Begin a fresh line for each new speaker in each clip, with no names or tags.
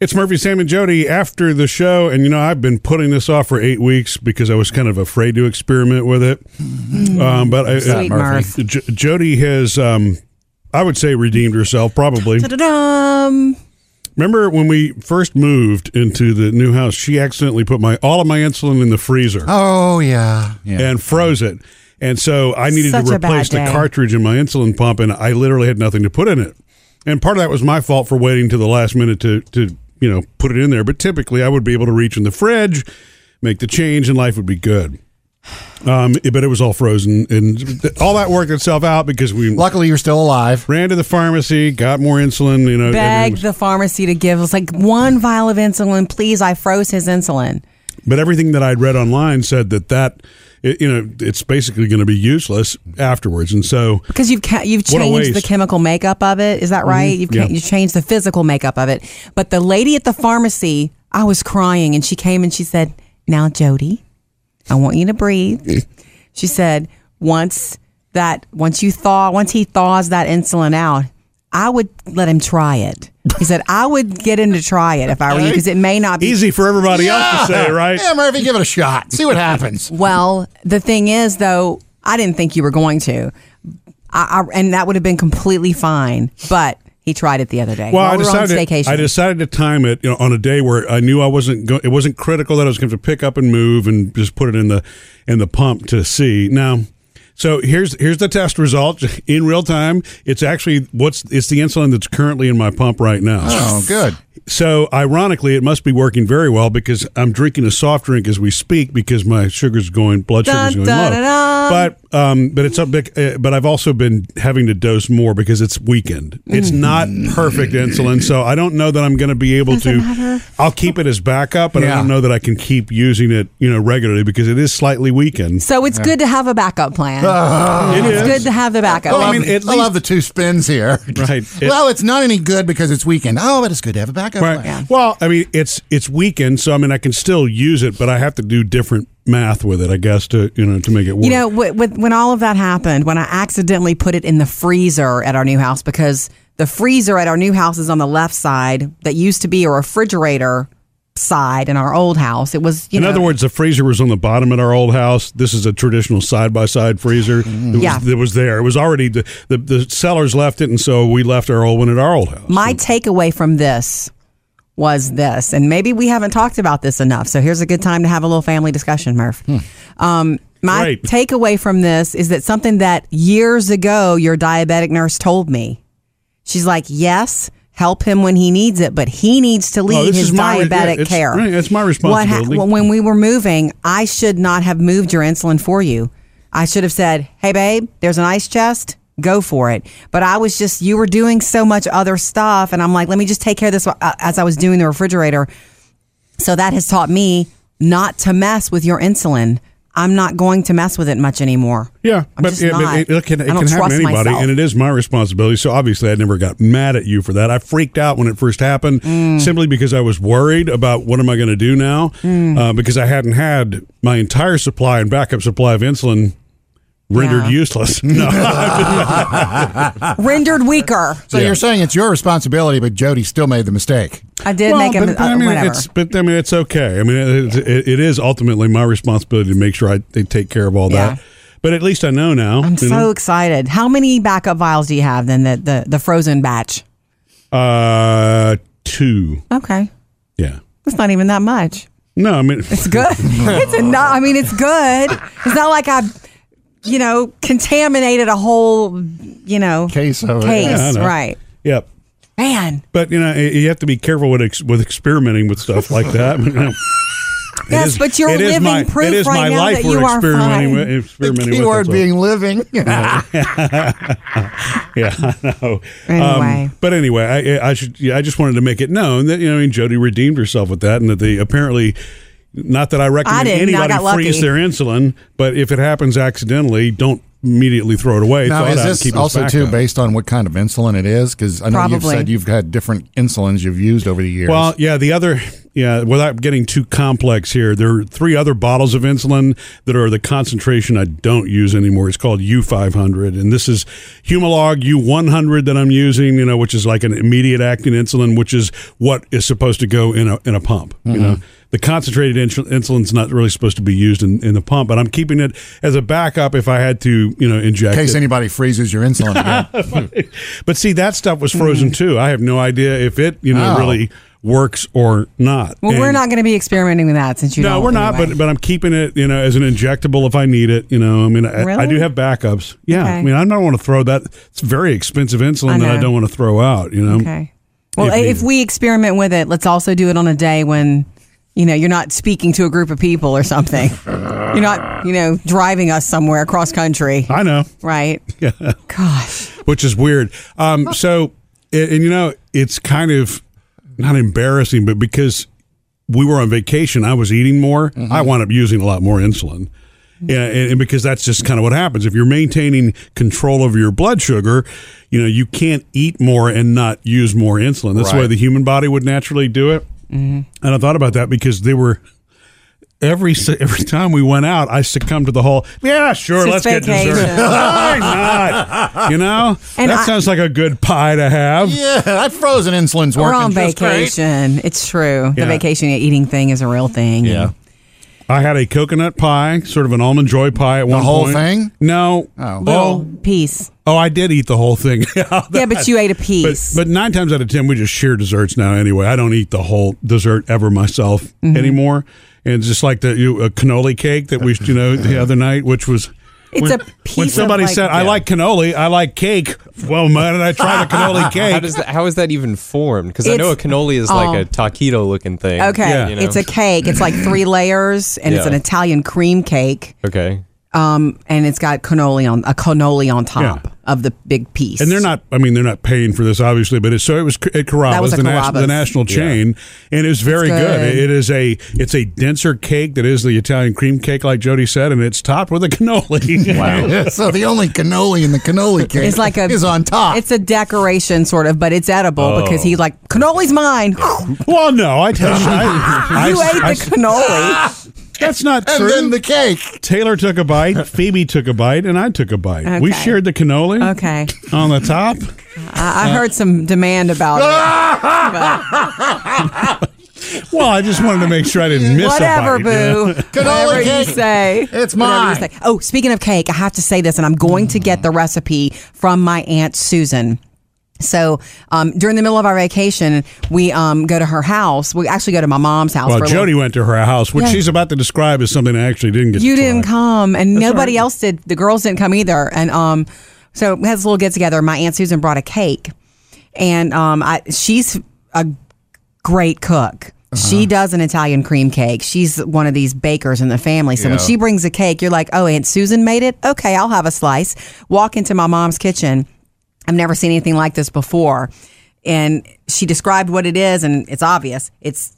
It's Murphy, Sam, and Jody after the show. And, you know, I've been putting this off for eight weeks because I was kind of afraid to experiment with it. Um, but I,
Sweet Murph.
J- Jody has, um, I would say, redeemed herself probably.
Da-da-dum.
Remember when we first moved into the new house, she accidentally put my all of my insulin in the freezer
Oh yeah, yeah.
and froze it. And so I needed
Such
to
a bad
replace the
day.
cartridge in my insulin pump, and I literally had nothing to put in it. And part of that was my fault for waiting to the last minute to to you know put it in there. But typically, I would be able to reach in the fridge, make the change, and life would be good. Um, it- but it was all frozen, and th- all that worked itself out because we
Luckily, you're still alive.
ran to the pharmacy, got more insulin. You know, everything
Begged
was-
the pharmacy to give us like one vial of insulin, please. I froze his insulin.
But everything that I'd read online said that that it, you know it's basically going to be useless afterwards, and so
Because you've ca- you've
What a
changed the
waste. Mm-hmm.
chemical makeup of it, is that right? You've ca-
yeah.
you changed the physical makeup of it. But the lady at the pharmacy, I was crying, and she came and she said, "Now, Jody, I want you to breathe." she said, "Once that, once you thaw, once he thaws that insulin out, I would let him try it." He said, "I would get him to try it if I were you, because it may not be
easy for everybody else to say, right?
Yeah, Murphy, give it a shot. See what happens.
Well, the thing is, though, I didn't think you were going to, I, I, and that would have been completely fine. But he tried it the other day.
Well, I
while we were
decided
on staycation.
I decided to time it you know, on a day where I knew I wasn't go- it wasn't critical that I was going to pick up and move and just put it in the in the pump to see. Now, so here's here's the test result in real time. It's actually what's it's the insulin that's currently in my pump right now.
Oh, good.
So, ironically, it must be working very well because I'm drinking a soft drink as we speak because my sugar's going, blood
Dun,
sugar's going
dun,
low.
dun, dun.
But, um, but it's up. big- uh, But I've also been having to dose more because it's weakened. It's not
Mm-hmm.
perfect insulin, so I don't know that I'm going to be able to. I'll keep it as backup, but I
Yeah.
don't know that I can keep using it, you know, regularly because it is slightly weakened.
so it's good to have a backup plan. it's good to have the backup.
Uh, I,
I
love,
mean, at
I love the two spins here.
Right.
well, it's not any good because it's weekend. Oh, but it's good to have a backup.
Right.
plan.
Well, I mean, it's it's weakened, so I mean, I can still use it, but I have to do different math with it, I guess, to you know, to make it work.
You know, with, with, when all of that happened, when I accidentally put it in the freezer at our new house, because the freezer at our new house is on the left side that used to be a refrigerator side in our old house. It was, you
in
know,
other words, the freezer was on the bottom at our old house. This is a traditional side by side freezer that was,
Mm. Yeah.
that was there. It was already the, the the sellers left it, and so we left our old one at our old house.
My takeaway from this was this, and maybe we haven't talked about this enough. So here's a good time to have a little family discussion, Murph. Um, my
Great.
takeaway from this is that something that years ago your diabetic nurse told me. She's like, yes. Help him when he needs it, but he needs to lead
this
his
is my re- yeah,
diabetic
it's-
care.
right, it's my responsibility.
What when we were moving, I should not have moved your insulin for you. I should have said, "Hey, babe, there's an ice chest. Go for it." But I was just you were doing so much other stuff, and I'm like, "Let me just take care of this." uh, As I was doing the refrigerator, so that has taught me not to mess with your insulin. I'm not going to mess with it much anymore.
Yeah,
I'm
but,
just
yeah, but
not.
it, it can, it
I don't
can happen to
trust
anybody,
myself.
and it is my responsibility. So obviously, I never got mad at you for that. I freaked out when it first happened,
Mm.
simply because I was worried about what am I going to do now,
Mm.
uh, because I hadn't had my entire supply and backup supply of insulin rendered
Yeah.
useless. No,
rendered weaker.
So you're saying it's your responsibility, but Jody still made the mistake.
I did make him
I
uh,
mean,
whatever.
it's but I mean, it's okay. I mean, it, it, it is ultimately my responsibility to make sure I they take care of all
Yeah.
that. But at least I know now.
I'm
you know?
so excited. How many backup vials do you have then? The the, the frozen batch.
uh, two.
Okay,
Yeah.
it's not even that much.
No, I mean.
It's good. it's enough. I mean, it's good. It's not like I, you know, contaminated a whole, you know,
Case of it.
case,
Yeah, I know.
right?
Yep.
Man,
But you know, y- you have to be careful with ex- with experimenting with stuff like that. You know, it
Yes, but you're
it is
living
my,
proof
It is
right
my
now
life
that
we're
you are
experimenting
fine.
with.
The
Experimenting
key
with
word
so-
being living.
yeah, I know. Um,
Anyway.
but anyway, I, I should. Yeah, I just wanted to make it known that you know, I mean, Jody redeemed herself with that, and that they apparently. Not that I recommend
didn't. I
anybody
got lucky.
freeze their insulin, but if it happens accidentally, don't immediately throw it away.
now,
Thaw it
is
out and
this
keep it
also
back
too
up.
based on what kind of insulin it is? Because I know
Probably.
you've said you've had different insulins you've used over the years.
Well, yeah, the other Yeah, without getting too complex here, there are three other bottles of insulin that are the concentration I don't use anymore. It's called U500, and this is Humalog U100 that I'm using. You know, which is like an immediate acting insulin, which is what is supposed to go in a in a pump. You know, the concentrated insul- insulin's not really supposed to be used in, in the pump, but I'm keeping it as a backup if I had to, you know, inject.
In case
it.
anybody freezes your insulin again.
Hmm.
But see, that stuff was frozen too. I have no idea if it, you know,
Oh.
really works or not.
Well, we're
And-
not going to be experimenting with that since you
No,
don't.
we're not.
anyway.
But but I'm keeping it, you know, as an injectable if I need it. You know, I mean, I, I
Really?
do have backups. Yeah, I
Okay.
mean, I don't want to throw that. It's very expensive insulin
I
that I
know.
don't want to throw out. You know.
okay. Well,
if
i-
needed.
if, we experiment with it, let's also do it on a day when you know you're not speaking to a group of people or something. you're not, you know, driving us somewhere across country,
I know,
right? Gosh.
which is weird. Um, so, and, and you know, it's kind of not embarrassing, but because we were on vacation, I was eating more.
Mm-hmm.
I wound up using a lot more insulin. Yeah, and, and because that's just kind of what happens. If you're maintaining control over your blood sugar, you know, you can't eat more and not use more insulin. That's the way
Right.
the human body would naturally do it.
Mm-hmm.
And I thought about that because they were. Every si- every time we went out, I succumbed to the whole. Yeah, sure,
It's
let's get dessert.
vacation."
Why not? You know,
And
that
I-
sounds like a good pie to have.
yeah, that frozen insulin's working.
We're on
just great.
vacation. It's true.
Yeah.
The vacation eating thing is a real thing.
Yeah.
I had a coconut pie, sort of an almond joy pie at one
whole
point.
thing?
No.
Oh.
Little piece.
Oh, I did eat the whole thing. yeah,
Yeah, but you ate a piece.
But nine times out of ten, we just share desserts now. Anyway, I don't eat the whole dessert ever myself
Mm-hmm.
anymore. And it's just like the you, a cannoli cake that we you know the other night, which was.
It's
when,
a
when
piece of,
somebody
like-
said, "I like cannoli, I like cake." Well, man, did I try the cannoli
How
cake?
does that? How is that even formed? Because I know a
It's-
cannoli is
oh.
like a taquito looking thing.
okay,
Yeah.
you know?
it's a cake. It's like three layers, and it's
Yeah.
an Italian cream cake.
okay.
Um, and it's got cannoli on a cannoli on top
Yeah.
of the big piece.
And they're not. I mean, they're not paying for this, obviously. But it's so it was at Carrabba's,
That was at
the, nas-
Carrabba's.
the national chain, and it was very
It's
good.
good.
It is a it's a denser cake that is the Italian cream cake, like Jody said, and it's topped with a cannoli. Wow.
Yeah, so the only cannoli in the cannoli cake
It's like a
is on top.
It's a decoration sort of, but it's edible because he like cannoli's mine. you
well, no, I tell you, I, I-
ate
I-
the cannoli.
that's not
and
true.
then the cake.
Taylor took a bite, Phoebe took a bite, and I took a bite. We
Okay.
shared the cannoli
okay,
on the top.
I, I heard some demand about it.
Well, I just wanted to make sure I didn't miss
Whatever,
a bite. you know?
boo.
Cannoli
Whatever you
cake.
say.
It's
Whatever you say.
mine.
Oh, speaking of cake, I have to say this, and I'm going to get the recipe from my aunt Susan. So um, during the middle of our vacation, we um, go to her house. We actually go to my mom's house.
Well,
for a little-
Jody went to her house, which
Yeah.
she's about to describe as something I actually didn't get.
you
to
didn't
try.
come and nobody else did the girls didn't come either and um so we had this little get together my aunt susan brought a cake and um i she's a great cook she does an italian cream cake she's one of these bakers in the family so when
Yeah.
she brings a cake you're like oh aunt susan made it okay i'll have a slice walk into my mom's kitchen i've never seen anything like this before and she described what it is and it's obvious it's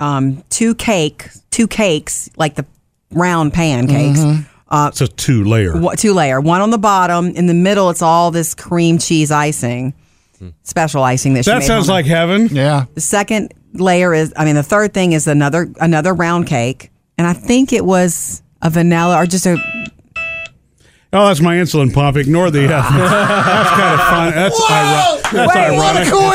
um, two cake, two cakes, like the round pancakes.
Mm-hmm.
Uh,
It's a two layer.
Wha- two layer, one on the bottom, in the middle. It's all this cream cheese icing, special icing that she
That
made
sounds like
homemade.
heaven.
Yeah.
The second layer is, I mean, the third thing is another another round cake, and I think it was a vanilla or just a
Oh, that's my insulin pump. Ignore the. Uh, that's kind of fun. That's,
Whoa!
iro- that's
Wait,
ironic.
What a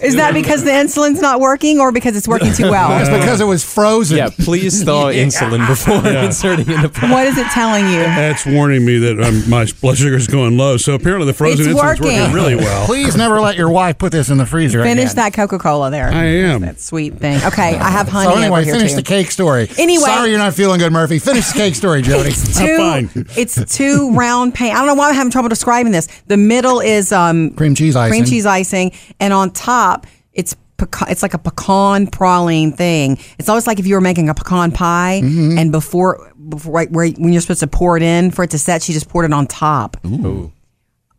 is that because the insulin's not working or because it's working too well?
It's because it was frozen.
Yeah. Please thaw insulin before inserting in the pump.
what is it telling you?
That's warning me that um, my blood sugar is going low. So apparently the frozen
It's
insulin's working.
working.
really well.
Please never let your wife put this in the freezer.
Finish
again.
that Coca Cola there.
I am.
That sweet thing. Okay, I have honey
So anyway,
over here
finish
too.
the cake story.
Anyway-
sorry you're not feeling good, Murphy. Finish the cake story, Jody.
It's
I'm
two.
fine.
It's two round pan. I don't know why I'm having trouble describing this. The middle is um,
Cream cheese icing.
cream cheese icing, and on top it's peca- it's like a pecan praline thing. It's almost like if you were making a pecan pie,
Mm-hmm.
and before before right where when you're supposed to pour it in for it to set, she just poured it on top.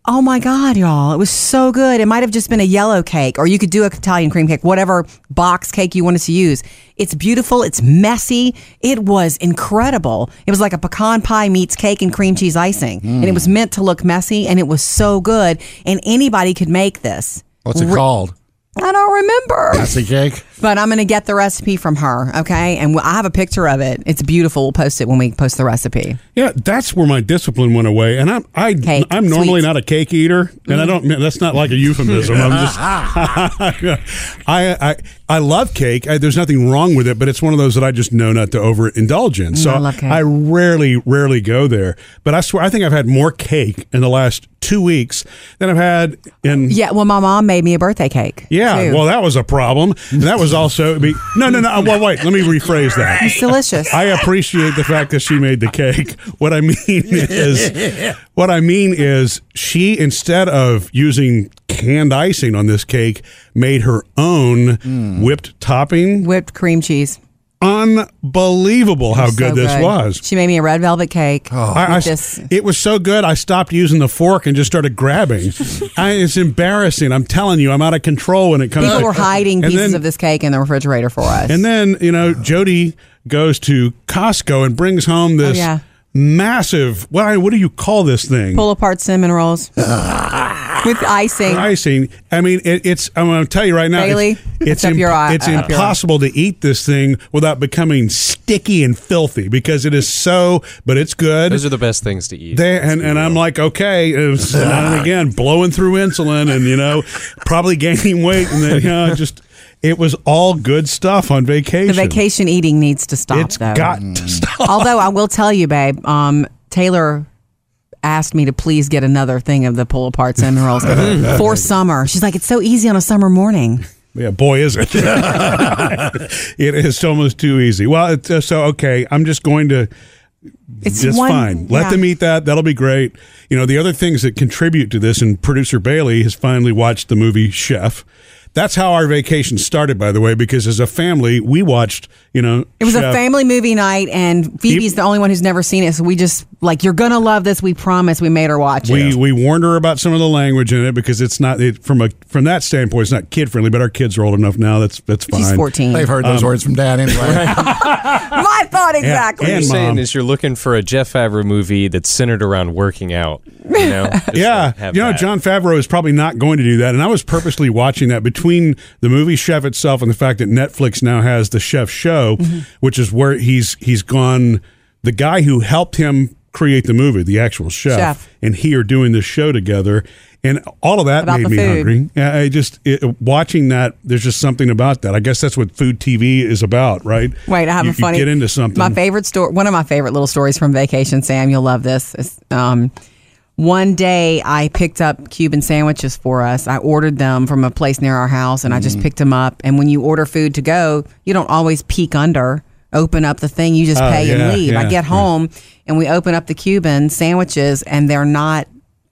Oh my God, y'all. It was so good. It might have just been a yellow cake, or you could do a Italian cream cake, whatever box cake you wanted to use. It's beautiful. It's messy. It was incredible. It was like a pecan pie meets cake and cream cheese icing. And it was meant to look messy, and it was so good. And anybody could make this.
What's it called?
I don't remember.
That's the cake.
But I'm going to get the recipe from her, okay? And I have a picture of it. It's beautiful. We'll post it when we post the recipe.
Yeah, that's where my discipline went away, and I'm I
Cake, Mm-hmm.
I'm normally
sweets.
not a cake eater, and I don't. That's not like a euphemism. I'm just I I I love cake. I, there's nothing wrong with it, but it's one of those that I just know not to overindulge in. So
Mm, I love cake.
I rarely rarely go there. But I swear, I think I've had more cake in the last two weeks than I've had in.
Yeah, well, my mom made me a birthday cake.
Yeah,
too.
well, that was a problem. And that was also I mean, no, no, no. Well, wait. Let me rephrase that.
it's delicious.
I appreciate the fact that she made the cake. What I mean is, what I mean is, she instead of using canned icing on this cake, made her own
Mm.
whipped topping.
Whipped cream cheese.
Unbelievable how
So
good this was.
She made me a red velvet cake. Oh,
I- I-
this.
it was so good. I stopped using the fork and just started grabbing. I, it's embarrassing. I'm telling you, I'm out of control when it comes.
People
to
were hiding
And
pieces
then-
of this cake in the refrigerator for us.
And then, you know, Jody goes to Costco and brings home this
Oh, yeah.
massive, what, what do you call this thing?
pull apart cinnamon rolls
Ah.
with icing.
Icing. I mean, it, it's, I'm going to tell you right now,
Bailey,
it's, it's,
it's up your eye-
it's
up your eye.
impossible to eat this thing without becoming sticky and filthy because it is so, but it's good.
Those are the best things to eat.
They, and, and I'm like, okay, it was- and then again, blowing through insulin and, you know, probably gaining weight. And then, you know, just, it was all good stuff on vacation.
The vacation eating needs to stop,
It's
though.
got to stop.
Although I will tell you, babe, um, Taylor asked me to please get another thing of the pull apart cinnamon rolls for summer. She's like, it's so easy on a summer morning.
Yeah, boy, is it. it is almost too easy. Well, it's, uh, so, okay, I'm just going to.
It's
It's
one,
fine. Let
yeah.
them eat that. That'll be great. You know, the other things that contribute to this, and producer Bailey has finally watched the movie Chef. That's how our vacation started, by the way, because as a family, we watched, you know,
It was
Chef.
a family movie night, and Phoebe's the only one who's never seen it. So we just like, you're gonna love this. We promise. We made her watch it.
We we warned her about some of the language in it because it's not it, from a from that standpoint, it's not kid friendly. But our kids are old enough now. That's that's fine.
She's 14.
They've heard those words from dad anyway.
My thought
and-
exactly.
What you're
Mom.
saying is you're looking for a Jeff Favreau movie that's centered around working out. You know? Just like
Yeah,
have
you know,
that.
John Favreau is probably not going to do that, and I was purposely watching that between the movie Chef itself and the fact that Netflix now has the Chef Show,
Mm-hmm.
which is where he's he's gone. The guy who helped him create the movie, the actual chef,
Chef.
and he are doing this show together, and all of that
About
made
the
me
food.
hungry. Yeah, I just it, watching that. There's just something about that. I guess that's what food TV is about, right?
Wait, I have
You-
a funny.
You get into something.
My favorite story. One of my favorite little stories from vacation. Sam, you'll love this. Is, um, one day I picked up Cuban sandwiches for us. I ordered them from a place near our house, and I
Mm.
just picked them up. And when you order food to go, you don't always peek under. Open up the thing, you just
Oh,
pay
yeah,
and leave.
yeah,
I get
yeah.
home and we open up the Cuban sandwiches, and they're not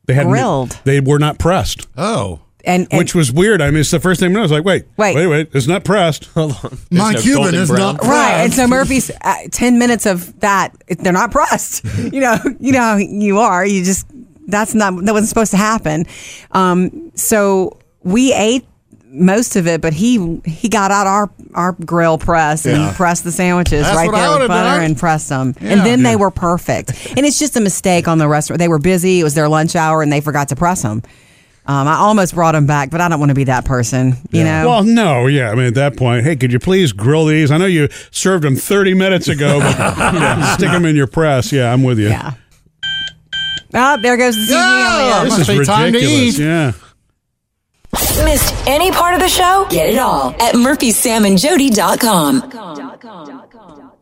they had
grilled.
They were not pressed.
oh.
and, and
Which was weird. I mean, it's the first thing I was like, wait,
Wait.
wait, wait, it's not pressed.
My
no
Cuban
golden
is
brown.
not
Right, and
pressed.
so Murphy's uh, ten minutes of that. it- They're not pressed. You know, you know how you are. You just that's not that wasn't supposed to happen. Um, so we ate most of it, but he he got out our our grill press and
Yeah.
he pressed the sandwiches
That's
right
what I
there with
would've
butter
done.
and pressed them,
Yeah.
and then they were perfect. And it's just a mistake on the restaurant. They were busy. It was their lunch hour, and they forgot to press them. Um, I almost brought them back, but I don't want to be that person. You know.
Well, no, yeah. I mean, at that point, hey, could you please grill these? I know you served them 30 minutes ago, but yeah, stick them in your press. Yeah, I'm with you.
yeah. Oh, there goes the
Yeah.
CGM.
This
Must
is
be
ridiculous.
time to eat.
Yeah.
Missed any part of the show? Get it all at murphysamandjody.com.